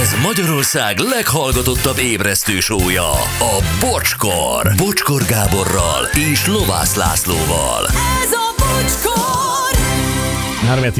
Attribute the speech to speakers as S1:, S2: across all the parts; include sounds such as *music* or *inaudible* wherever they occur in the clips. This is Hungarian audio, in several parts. S1: Ez Magyarország leghallgatottabb ébresztő sója, a Bocskor. Bocskor Gáborral és Lovász Lászlóval.
S2: Ez a bocskor!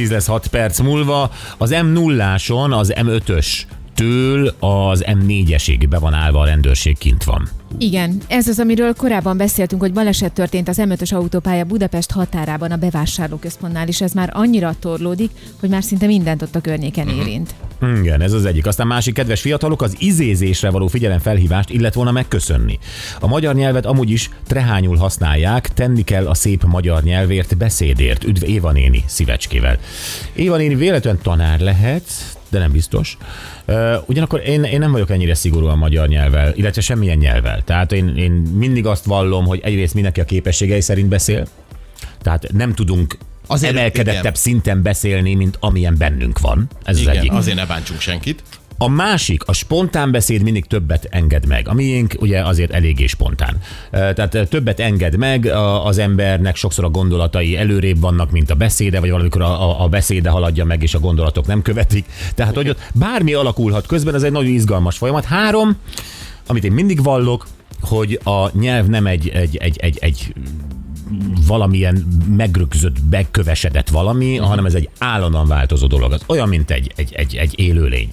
S3: 3-10 lesz 6 perc múlva. Az M0-áson az M5-ös től az M4-esig be van állva a rendőrség kint van.
S4: Igen, ez az, amiről korábán beszéltünk, hogy baleset történt az M5-ös autópálya Budapest határában a bevásárlóközpontnál, és ez már annyira torlódik, hogy már szinte mindent ott a környéken érint.
S3: Igen, ez az egyik. Aztán másik kedves fiatalok az izézésre való figyelemfelhívást illet volna megköszönni. A magyar nyelvet amúgy is trehányul használják, tenni kell a szép magyar nyelvért beszédért. Üdv Éva néni szívecskével. Éva néni véletlen tanár lehet, de nem biztos. Ö, Ugyanakkor én, én nem vagyok ennyire szigorú a magyar nyelvvel, illetve semmilyen nyelvvel. Tehát én, én mindig azt vallom, hogy egyrészt mindenki a képességei szerint beszél, tehát nem tudunk
S5: Azért-
S3: Azért, emelkedettebb
S5: igen.
S3: szinten beszélni, mint amilyen bennünk van. Ez az
S5: Igen,
S3: egyik.
S5: azért ne bántsunk senkit.
S3: A másik, a spontán beszéd mindig többet enged meg. A miénk ugye azért eléggé spontán. E, Tehát e, többet enged meg a- az embernek, sokszor a gondolatai előrébb vannak, mint a beszéde, vagy valamikor a, a- a beszéde haladja meg, és a gondolatok nem követik. Tehát, hogy ott bármi alakulhat közben, ez egy nagyon izgalmas folyamat. Három, amit én mindig vallok, hogy a nyelv nem egy, egy, egy, egy, egy valamilyen megrögzött, bekövesedett valami,
S5: Mhm.
S3: hanem ez egy állandóan változó dolog. Az olyan, mint egy, egy, egy, egy élőlény.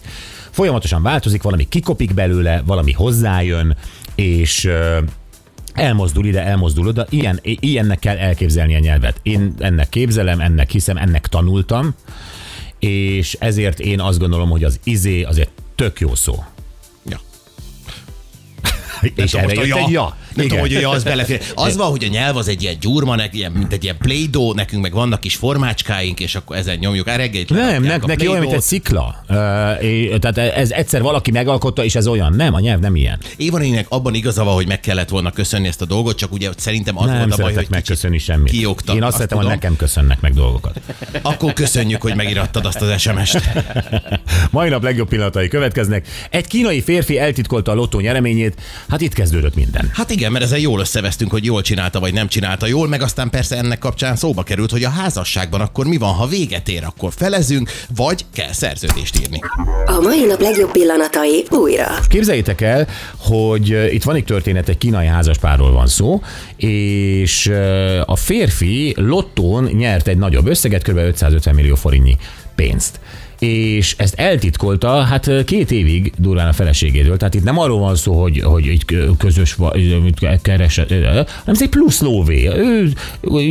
S3: Folyamatosan változik, valami kikopik belőle, valami hozzájön, és ö, elmozdul ide, elmozdul oda. Ilyen, i- ilyennek kell elképzelni a nyelvet. Én ennek képzelem, ennek hiszem, ennek tanultam, és ezért én azt gondolom, hogy az izé azért tök jó szó.
S5: Ja.
S3: és
S5: Nem
S3: erre
S5: tudom,
S3: jött
S5: most a
S3: egy
S5: ja.
S3: ja.
S5: Nem tudom,
S3: Igen.
S5: hogy a ja az belefér. Az van, hogy a nyelv az egy ilyen gyurma, nek- ilyen, mint egy ilyen play nekünk meg vannak kis formácskáink, és akkor ezen nyomjuk. Á, reggel itt
S3: Nem,
S5: lerakják
S3: nem
S5: a
S3: neki olyan, mint egy
S5: Play-Doh-t.
S3: szikla. Ö, é- tehát ez egyszer valaki megalkotta, és ez olyan. Nem, a nyelv nem ilyen.
S5: Éva néninek abban igaza van, hogy meg kellett volna köszönni ezt a dolgot, csak ugye szerintem az
S3: nem
S5: volt a baj,
S3: szeretek
S5: hogy
S3: megköszönni
S5: kicsit
S3: semmit.
S5: Kiogtak,
S3: Én azt szeretem, hogy
S5: tudom.
S3: nekem köszönnek meg dolgokat.
S5: Akkor köszönjük, hogy megirattad azt az SMS-t.
S3: Mai nap legjobb pillanatai következnek. Egy kínai férfi eltitkolta a lottó nyereményét. Hát itt kezdődött minden.
S5: Hát igen, mert ezzel jól összevesztünk, hogy jól csinálta vagy nem csinálta jól, meg aztán persze ennek kapcsán szóba került, hogy a házasságban akkor mi van, ha véget ér, akkor felezünk, vagy kell szerződést írni.
S6: A mai nap legjobb pillanatai újra.
S3: Képzeljétek el, hogy ö, itt van egy történet, egy kínai házaspárról van szó, és ö, a férfi lottón nyert egy nagyobb összeget, kb. 550 millió forintnyi pénzt. És ezt eltitkolta, hát ö, két évig durván a feleségéről. Tehát itt nem arról van szó, hogy, hogy így kö- közös va- ö, mit ke- keresett, ö, hanem ez egy plusz lóvé. Ő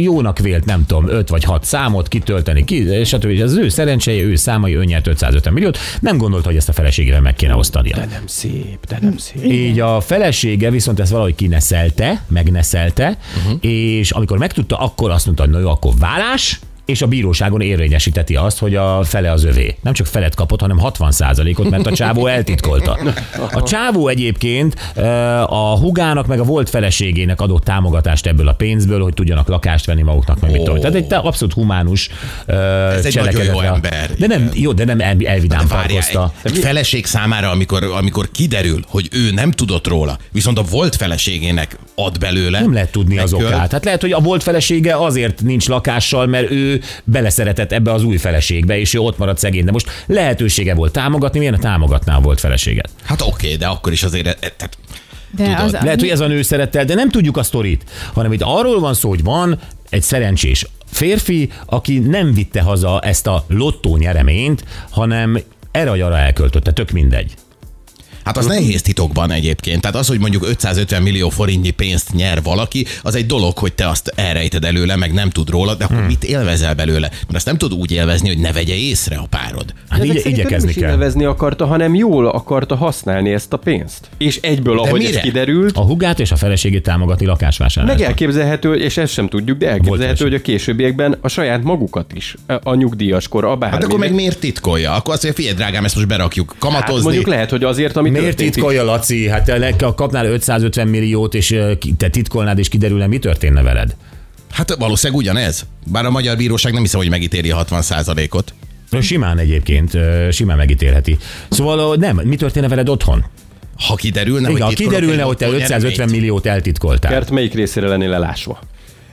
S3: jónak vélt, nem tudom, 5 vagy 6 számot kitölteni, ki, eh, stb. És Az ő szerencséje, ő számai, ő nyert 550 milliót. Nem gondolta, hogy ezt a feleségével meg kéne osztania.
S7: nem szép, de nem szép.
S3: Így a felesége viszont ezt valahogy kineszelte, megneszelte, uh-huh. és amikor megtudta, akkor azt mondta, hogy na jó, akkor vállás, és a bíróságon érvényesíteti azt, hogy a fele az övé. Nem csak felet kapott, hanem 60%-ot, mert a csávó eltitkolta. A csávó egyébként ö, a hugának meg a volt feleségének adott támogatást ebből a pénzből, hogy tudjanak lakást venni maguknak, meg mit tudom. én. Tehát egy te- abszolút humánus ö,
S5: Ez egy nagyon jó
S3: cselekedetre-
S5: ember,
S3: De nem, jó, de nem el- elvidám
S5: Hát Várjál,
S3: parkozta.
S5: egy egy feleség számára, amikor, amikor kiderül, hogy ő nem tudott róla, viszont a volt feleségének ad belőle.
S3: Nem lehet tudni az
S5: Megkölt.
S3: okát. Hát lehet, hogy a volt felesége azért nincs lakással, mert ő beleszeretett ebbe az új feleségbe, és ő ott maradt szegény. De most lehetősége volt támogatni, miért ne támogatná a volt feleséget?
S5: Hát oké, okay, de akkor is azért... e- e- Tehát,
S4: De
S5: Tudod,
S4: az,
S3: Lehet,
S4: mi-
S3: hogy ez a nő szerette, el, de nem tudjuk a sztorit, hanem itt arról van szó, hogy van egy szerencsés férfi, aki nem vitte haza ezt a lottó nyereményt, hanem erre a elköltötte, tök mindegy.
S5: hát az nehéz titokban egyébként. Tehát az, hogy mondjuk 550 millió forintnyi pénzt nyer valaki, az egy dolog, hogy te azt elrejted előle, meg nem tud róla, de akkor hmm. mit élvezel belőle? Mert azt nem tud úgy élvezni, hogy ne vegye észre a párod.
S3: Hát
S7: Ezek
S3: igye,
S7: szerintem
S3: igyekezni
S7: nem is
S3: kell.
S7: nevezni akarta, hanem jól akarta használni ezt a pénzt. És egyből, ahogy
S5: mire?
S7: ez kiderült,
S3: A hugát és a feleségét támogatni
S7: meg
S3: lakásvásárlásban.
S7: elképzelhető, és ezt sem tudjuk, de elképzelhető,
S3: eset.
S7: hogy a későbbiekben a saját magukat is, a- a nyugdíjaskor, a bármi.
S5: Hát akkor meg miért titkolja? Akkor azt mondja, figyelj, drágám, ezt most berakjuk
S7: hát
S5: kamatozni.
S7: mondjuk lehet, hogy azért, amit
S3: Miért
S7: történt is.
S3: titkolja, Laci? Hát te le- kapnál 550 milliót, és ö, ki- te titkolnád, és kiderülne, mi történne veled?
S5: Hát valószínűleg ugyanez. Bár a magyar bíróság nem hiszem, hogy megítéli a 60%-ot.
S3: Ö, Simán egyébként, ö, simán megítélheti. Szóval ö, nem, mi történne veled otthon?
S5: Ha kiderülne,
S3: Igen, ha
S5: hogy titkolok
S3: kiderülne,
S5: egy
S3: hogy te
S5: lottó
S3: 550
S5: nyereményt.
S3: milliót eltitkoltál.
S7: Kert melyik részére lennél elásva?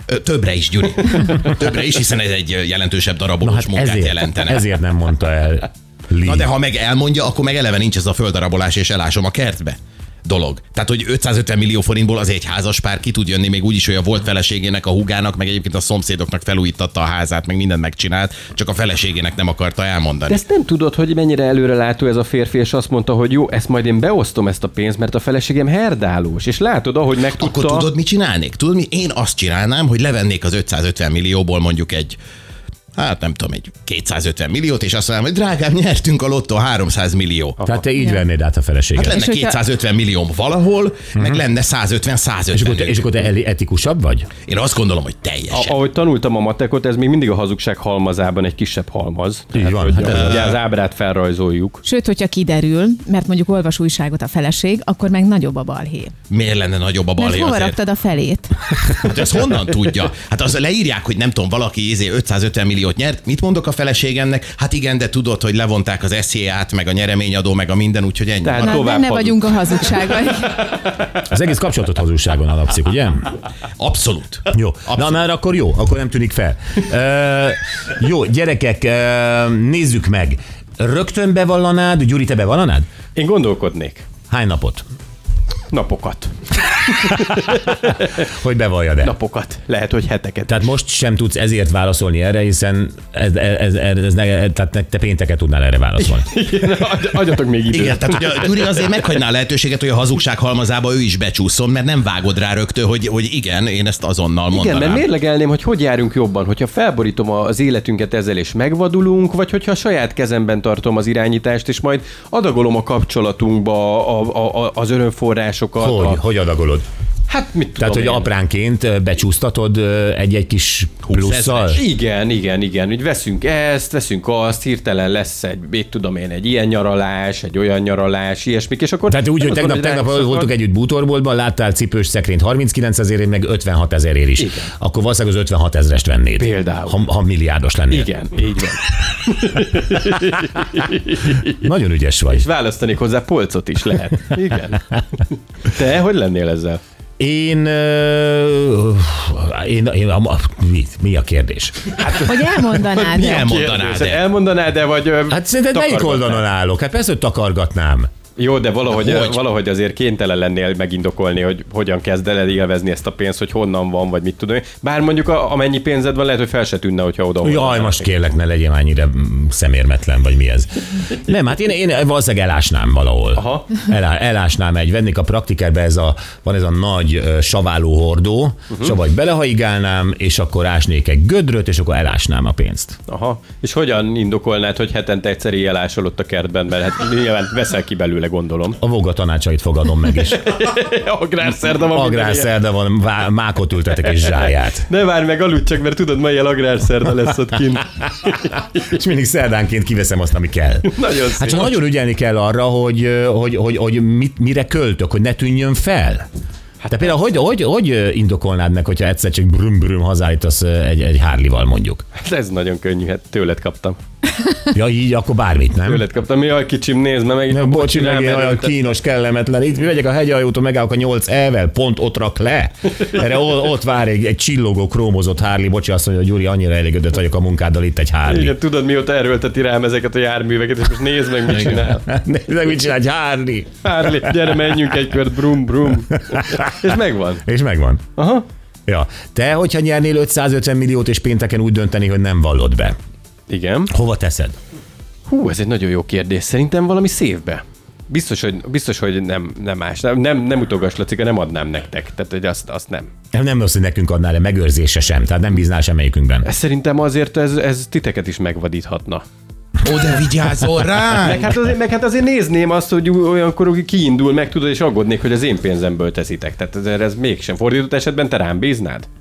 S5: Ö, Többre is, Gyuri.
S3: *laughs*
S5: Többre is, hiszen ez egy ö, jelentősebb darabolós
S3: Na hát
S5: munkát
S3: ezért,
S5: jelentene.
S3: ezért nem mondta el. Lé.
S5: Na de ha meg elmondja, akkor meg eleve nincs ez a földarabolás és elásom a kertbe dolog. Tehát, hogy 550 millió forintból az egy házas pár ki tud jönni, még úgy is, hogy a volt feleségének, a hugának, meg egyébként a szomszédoknak felújítatta a házát, meg mindent megcsinált, csak a feleségének nem akarta elmondani.
S7: De ezt nem tudod, hogy mennyire előrelátó ez a férfi, és azt mondta, hogy jó, ezt majd én beosztom ezt a pénzt, mert a feleségem herdálós. És látod, ahogy megtudta...
S5: Akkor tudod, mit csinálnék? Tudod, mi? Én azt csinálnám, hogy levennék az 550 millióból mondjuk egy hát nem tudom, egy 250 milliót, és azt mondanám, hogy drágám, nyertünk a lottó 300 millió.
S3: Tehát Hát te így vennéd át a feleséget.
S5: Hát lenne
S4: És hogyha-
S5: 250 millió valahol, meg lenne 150
S3: és, akkor te,
S5: 150
S3: és akkor te eli- etikusabb vagy?
S5: Én azt gondolom, hogy
S7: A,
S5: teljesen.
S7: ahogy tanultam a matekot, ez még mindig a hazugság halmazában egy kisebb halmaz.
S3: Így van.
S7: Hogy,
S3: Hát,
S7: ahogy ugye az ábrát felrajzoljuk.
S4: Sőt, hogyha kiderül, mert mondjuk olvas újságot a feleség, akkor meg nagyobb a balhé.
S5: Miért lenne nagyobb a
S4: Mert
S5: balé
S4: hova
S5: azért?
S4: raktad a felét?
S5: Hát ezt honnan tudja? Hát az leírják, hogy nem tudom, valaki izé 550 milliót nyert. Mit mondok a feleségemnek? Hát igen, de tudod, hogy levonták az SZIA-t, meg a nyereményadó, meg a minden, úgyhogy ennyi.
S7: Tehát-
S5: Tehát...
S4: Na,
S7: Hát tovább
S4: benne
S7: hadd-
S4: vagyunk a hazugságban.
S3: Az egész kapcsolatot hazugságon alapszik, ugye?
S5: Abszolút.
S3: Jó. Na,
S5: Abszolút.
S3: már akkor jó, akkor nem tűnik fel. Ö, jó, gyerekek, ö, nézzük meg. Rögtön bevallanád, Gyuri, te bevallanád?
S7: Én gondolkodnék.
S3: Hány napot?
S7: Napokat.
S3: Hogy bevalljad el?
S7: Napokat. Lehet, hogy heteket. *laughs*
S3: Tehát most sem tudsz ezért válaszolni erre, hiszen ez, ez, ez, ez ne, tehát ne- te pénteket tudnál erre válaszolni.
S7: Igen, adj- adjatok még időt.
S5: Igen, tehát ugye a Gyuri azért meghagyná a lehetőséget, hogy a hazugság halmazába ő is becsúszon, mert nem vágod rá rögtön, hogy, hogy igen, én ezt azonnal mondanám.
S7: Igen, mert mérlegelném, hogy hogy járunk jobban, hogyha felborítom az életünket ezzel és megvadulunk, vagy hogyha a saját kezemben tartom az irányítást, és majd adagolom a kapcsolatunkba a, a, a, az örömforrásokat.
S3: Hogy,
S7: A,
S3: hogy adagolod?
S7: hát mit tudom
S3: Tehát, hogy
S7: én.
S3: apránként ö, becsúsztatod ö, egy-egy kis plusszal?
S5: ezres.
S7: Igen, igen, igen. Úgy veszünk ezt, veszünk azt, hirtelen lesz egy, mit tudom én, egy ilyen nyaralás, egy olyan nyaralás, ilyesmik, és akkor...
S3: Tehát úgy,
S7: nem
S3: hogy
S7: azt
S3: tegnap,
S7: gondolom,
S3: tegnap
S7: rászakad.
S3: voltunk együtt bútorboltban, láttál cipős szekrényt 39 ezerért, meg 56 ezerért is. Igen. Akkor valószínűleg az 56 ezerest vennéd.
S7: Például.
S3: Ha, ha milliárdos lennél.
S7: Igen, így van.
S3: Nagyon ügyes vagy.
S7: És választanék hozzá polcot is lehet. Igen. Te, hogy lennél ezzel?
S3: Én, ö, én, én a, a, mi, mi a kérdés?
S4: Hogy elmondanád.
S5: Mi elmondanád
S7: Kérdés,
S5: el?
S7: Elmondanád-e, vagy... ö,
S3: Hát szerinted melyik
S7: takargatnád?
S3: oldalon állok? Hát persze, hogy takargatnám.
S7: Jó, de valahogy,
S5: Hogy?
S7: valahogy azért kénytelen lennél megindokolni, hogy hogyan kezd el élvezni ezt a pénzt, hogy honnan van, vagy mit tudom én. Bár mondjuk a, amennyi pénzed van, lehet, hogy fel se tűnne, hogyha oda
S3: Jaj, most kérlek, ne legyél annyira mm, szemérmetlen, vagy mi ez. Nem, hát én, én valószínűleg elásnám valahol.
S7: Aha.
S3: Elá, elásnám egy, vennék a praktikerbe, ez a, van ez a nagy ö, saváló hordó, uh-huh. savagy belehaigálnám, és akkor ásnék egy gödröt, és akkor elásnám a pénzt.
S7: Aha. És hogyan indokolnád, hogy hetente egyszer éjjel ásol ott a kertben, mert hát nyilván veszel ki belőle, *laughs* gondolom.
S3: A voga tanácsait fogadom meg
S7: *laughs*
S3: is.
S7: Agrárszerda Hát, van. minden ilyen.
S3: Agrárszerda van, vá- mákot ültetek és
S7: *laughs*
S3: zsáját.
S7: Ne várj meg, aludj csak, mert tudod, ma ilyen agrárszerda lesz ott *laughs* kint.
S3: És mindig szerdánként kiveszem azt, ami kell.
S7: Nagyon
S3: Hát
S7: szép.
S3: csak nagyon ügyelni kell arra, hogy, ö, hogy, hogy, hogy mit, mire költök, hogy ne tűnjön fel. Hát Te például hogy, hogy, hogy ö, indokolnád meg, hogyha egyszer csak brüm-brüm hazállítasz ö, egy, egy hárlival mondjuk?
S7: Hát Ez nagyon könnyű, hát tőled kaptam.
S3: Ja, így akkor bármit, nem?
S7: Tőled kaptam, jaj kicsim, nézd meg.
S3: Ja,
S7: meg
S3: bocsi, meg én olyan
S7: rámerültem.
S3: kínos, kellemetlen. Itt megyek a hegyajótól, megállok a 8 elvel, pont ott rak le. Erre o- ott vár egy, egy csillogó, krómozott Harley. Bocsi, azt mondja, hogy Gyuri, annyira elégedett vagyok a munkáddal, itt egy Harley. *laughs*
S7: Igen, tudod, mióta erőlteti rám ezeket a járműveket, és most nézd meg, mit csinál.
S3: Nézd, mit csinál egy Harley.
S7: Harley, gyere, menjünk egy kört,
S3: *laughs*
S7: brum, brum. És megvan.
S3: És megvan.
S7: Aha.
S3: Ja. Te, hogyha nyernél 550 milliót, és pénteken úgy dönteni, hogy nem vallod be,
S7: Igen.
S3: hova teszed?
S7: Hú, ez egy nagyon jó kérdés. Szerintem valami szévbe. Biztos, hogy, biztos, hogy nem, nem más. Nem, nem, nem utogass, Lacika, nem adnám nektek. Tehát, hogy azt, azt nem.
S3: Nem, nem rossz, hogy nekünk adnál le megőrzése sem, tehát nem bíznál semmelyikünkben.
S7: Ez szerintem azért ez, ez titeket is megvadíthatna.
S5: Oda vigyázol rá!
S7: Meg hát, azért, meg hát azért nézném azt, hogy olyankor hogy kiindul, meg tudod, és aggódnék, hogy az én pénzemből teszitek. Tehát ez, ez mégsem fordított esetben te rám bíznád? *laughs*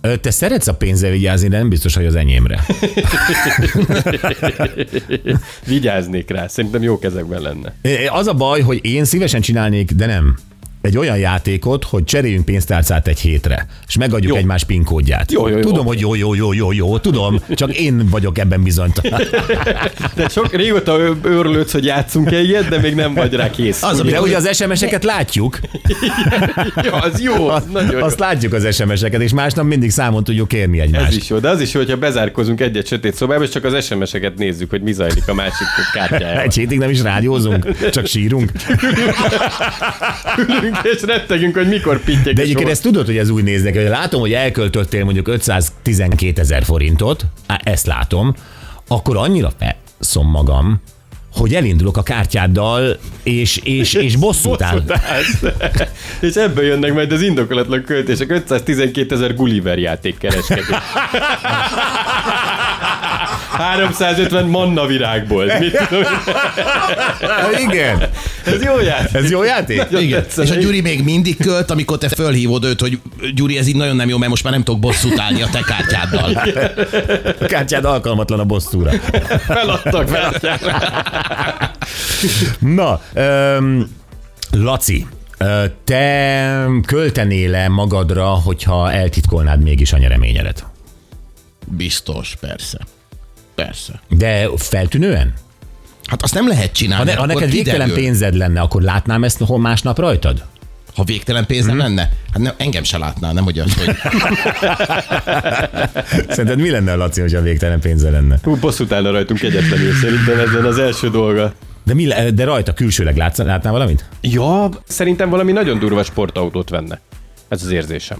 S3: Ö, Te szeretsz a pénzzel vigyázni, de nem biztos, hogy az enyémre.
S7: Vigyáznék rá, szerintem jó kezekben lenne.
S3: Ö, Az a baj, hogy én szívesen csinálnék, de nem. egy olyan játékot, hogy cseréljünk pénztárcát egy hétre, és megadjuk
S7: Jó.
S3: jó. egymás PIN kódját.
S7: Jó, jó, jó.
S3: Tudom, hogy jó, jó, jó, jó, jó, tudom, csak én vagyok ebben bizonytalan.
S7: De sok régóta ő- őrlődsz, hogy játszunk-e ilyet, de még nem vagy rá kész.
S5: Az,
S3: De
S5: amikor,
S3: ugye az SMS-eket látjuk,
S7: Ja, az jó, az nagyon jó.
S3: azt látjuk az SMS-eket, és másnap mindig számon tudjuk kérni
S7: Ez
S3: egymást.
S7: is jó, de az is jó, hogyha bezárkozunk egy-egy sötét szobába, és csak az SMS-eket nézzük, hogy mi zajlik a másik kártyájával.
S3: Egy hétig nem is rádiózunk, csak sírunk.
S7: Ülünk és rettegünk, hogy mikor pittyek.
S3: De
S7: a
S3: egyébként
S7: sor.
S3: ezt tudod, hogy ez úgy néz neki, hogy látom, hogy elköltöttél mondjuk 512 ezer forintot, á, ezt látom, akkor annyira feszom magam, hogy elindulok a kártyáddal, és, és, és bosszút áll.
S7: Bosszút *laughs* és ebből jönnek majd az indokolatlan költések. 512 ezer Gulliver játék kereskedik. *laughs* 350 manna virágból. Mit tudom,
S3: *laughs*
S7: én.
S3: Igen,
S7: ez jó játék.
S3: ez jó játék?
S7: Nagyon
S5: igen.
S7: tetszene.
S5: És a Gyuri még mindig költ, amikor te fölhívod őt, hogy Gyuri, ez így nagyon nem jó, mert most már nem tudok bosszút állni a te kártyáddal.
S3: A kártyád alkalmatlan a bosszúra.
S7: Feladtak, feladták.
S3: Na, öm, Laci, ö, te költenél-e magadra, hogyha eltitkolnád mégis a nyereményedet?
S5: Biztos, persze. Persze.
S3: De feltűnően?
S5: Hát azt nem lehet
S3: Ha,
S5: csinálni.
S3: ne, ha
S5: akkor
S3: neked végtelen
S5: kiderül.
S3: pénzed lenne, akkor látnám ezt hol másnap rajtad?
S5: Ha végtelen pénz
S3: Mhm.
S5: nem lenne? Hát nem, engem se látná, nem hogy az,
S3: *laughs*
S5: hogy...
S3: Szerinted mi lenne a Laci, hogyha végtelen pénze lenne?
S7: Hú, bosszút állna rajtunk egyetlenül szerintem ezen az első dolga.
S3: De, mi, le- de rajta külsőleg látsz, látnál valamit?
S7: Ja, szerintem valami nagyon durva sportautót venne. Ez az érzésem.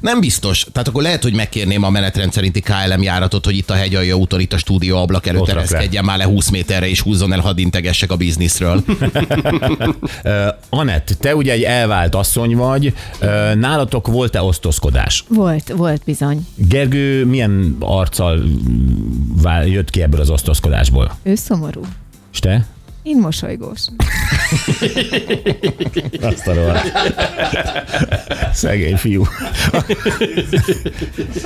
S5: Nem biztos. Tehát akkor lehet, hogy megkérném a menetrend szerinti KLM járatot, hogy itt a hegyalja úton, itt a stúdió ablak előtt
S3: Ott rak le.
S5: ereszkedjen már le 20 méterre, és húzzon el, hadd integessek a
S3: *laughs*
S5: bizniszről.
S3: Uh, Anett, te ugye egy elvált asszony vagy, uh, nálatok volt-e osztozkodás?
S4: Volt, volt bizony.
S3: Gergő milyen arccal mm, vá- jött ki ebből az osztozkodásból?
S4: Ő szomorú.
S3: És te?
S4: Én mosolygós.
S3: Azt a rohadt. Szegény fiú.
S7: Ez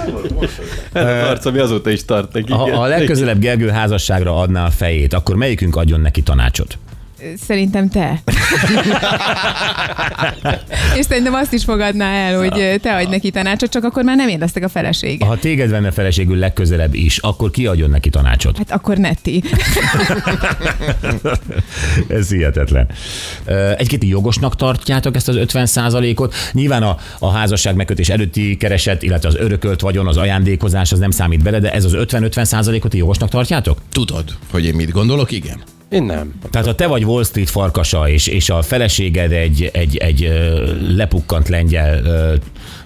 S7: az arc, ami azóta is tart neki.
S3: Ha ha a legközelebb Gergő házasságra adná a fejét, akkor melyikünk adjon neki tanácsot?
S4: Szerintem
S3: *laughs*
S4: te. És szerintem azt is fogadná el, hogy te adj neki tanácsot, csak akkor már nem én leszek a felesége.
S3: Ha téged venne feleségül legközelebb is, akkor ki adjon neki tanácsot?
S4: Hát akkor ne ti.
S3: Ez hihetetlen. Ö, Egy-két jogosnak tartjátok ezt az 50%-ot. Nyilván a, a házasság megkötés előtti kereset, illetve az örökölt vagyon, az ajándékozás, az nem számít bele, de ez az 50-50%-ot ti jogosnak tartjátok?
S5: Tudod, hogy én mit gondolok? Igen.
S7: Én nem.
S3: Tehát ha te vagy Wall Street farkasa, és, és a feleséged egy, egy, egy ö, lepukkant lengyel ö,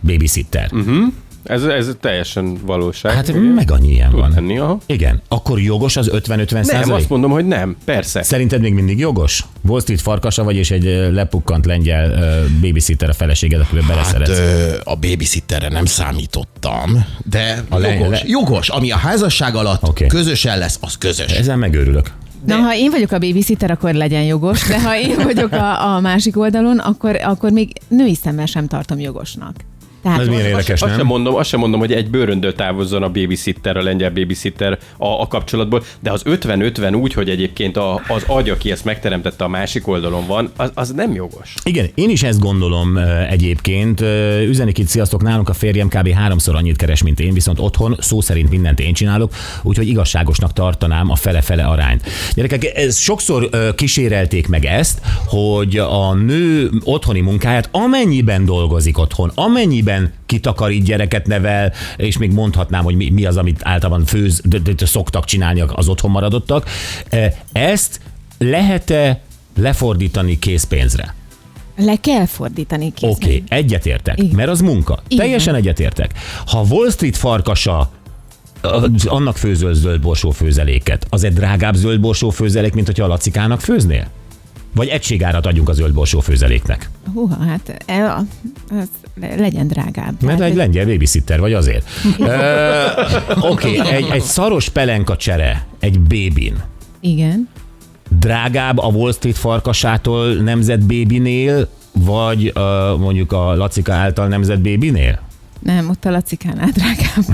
S3: babysitter.
S7: Mhm.
S3: Uh-huh.
S7: Ez, ez teljesen valóság.
S3: Hát meg annyi ilyen
S7: Tud
S3: van.
S7: lenni, aha.
S3: Igen. Akkor jogos az 50-50
S7: Nem,
S3: százalék?
S7: azt mondom, hogy nem. Persze.
S3: Szerinted még mindig jogos? Wall Street farkasa vagy, és egy ö, lepukkant lengyel ö, babysitter a feleséged, akiben
S5: Hát
S3: beleszeretsz.
S5: ö, a babysitterre nem számítottam, de a
S3: le-
S5: jogos,
S3: le-
S5: jogos, ami a házasság alatt
S3: Oké.
S5: okay. közösen lesz, az közös.
S3: Ezen megőrülök.
S4: Na, ha én vagyok a babysitter, akkor legyen jogos, de ha én vagyok a, a másik oldalon, akkor, akkor még női szemmel sem tartom jogosnak. Tehát
S3: Ez milyen
S7: Azt,
S3: érdekes,
S7: Hát azt, sem
S3: nem?
S7: mondom, azt sem mondom, hogy egy bőröndől távozzon a babysitter, a lengyel babysitter a, a kapcsolatból, de az 50-50 úgy, hogy egyébként a, az agy, aki ezt megteremtette a másik oldalon van, az, az nem jogos.
S3: Igen, én is ezt gondolom ö, egyébként. Ö, Üzenik itt, sziasztok, nálunk a férjem kb. háromszor annyit keres, mint én, viszont otthon szó szerint mindent én csinálok, úgyhogy igazságosnak tartanám a fele-fele arányt. Gyerekek, ez sokszor ö, kísérelték meg ezt, hogy a nő otthoni munkáját amennyiben dolgozik otthon, amennyiben kitakarít gyereket nevel, és még mondhatnám, hogy mi, mi az, amit általában főz, de, de, de szoktak csinálni az otthon maradottak. Ö, Ezt lehet-e lefordítani készpénzre?
S4: Le kell fordítani kézzel.
S3: Oké, okay, egyetértek,
S4: Igen.
S3: Igen. mert az munka.
S4: Igen.
S3: Igen. Teljesen egyetértek. Ha Wall Street farkasa az- annak főzöl zöld borsó főzeléket, az egy drágább zöld borsó főzelék, mint hogyha a lacikának főznél? Vagy egységárat adjunk a zöld borsó főzeléknek?
S4: Húha, hát el, az legyen drágább.
S3: Mert
S4: hát,
S3: egy lengyel babysitter vagy
S4: *laughs*
S3: azért. Ö, Oké, okay, egy, egy szaros pelenka csere egy bébin.
S4: Igen.
S3: Drágább a Wall Street farkasától nemzett bébinél, vagy ö, mondjuk a lacika által nemzett bébinél?
S4: Nem, ott a lacikánál drágább.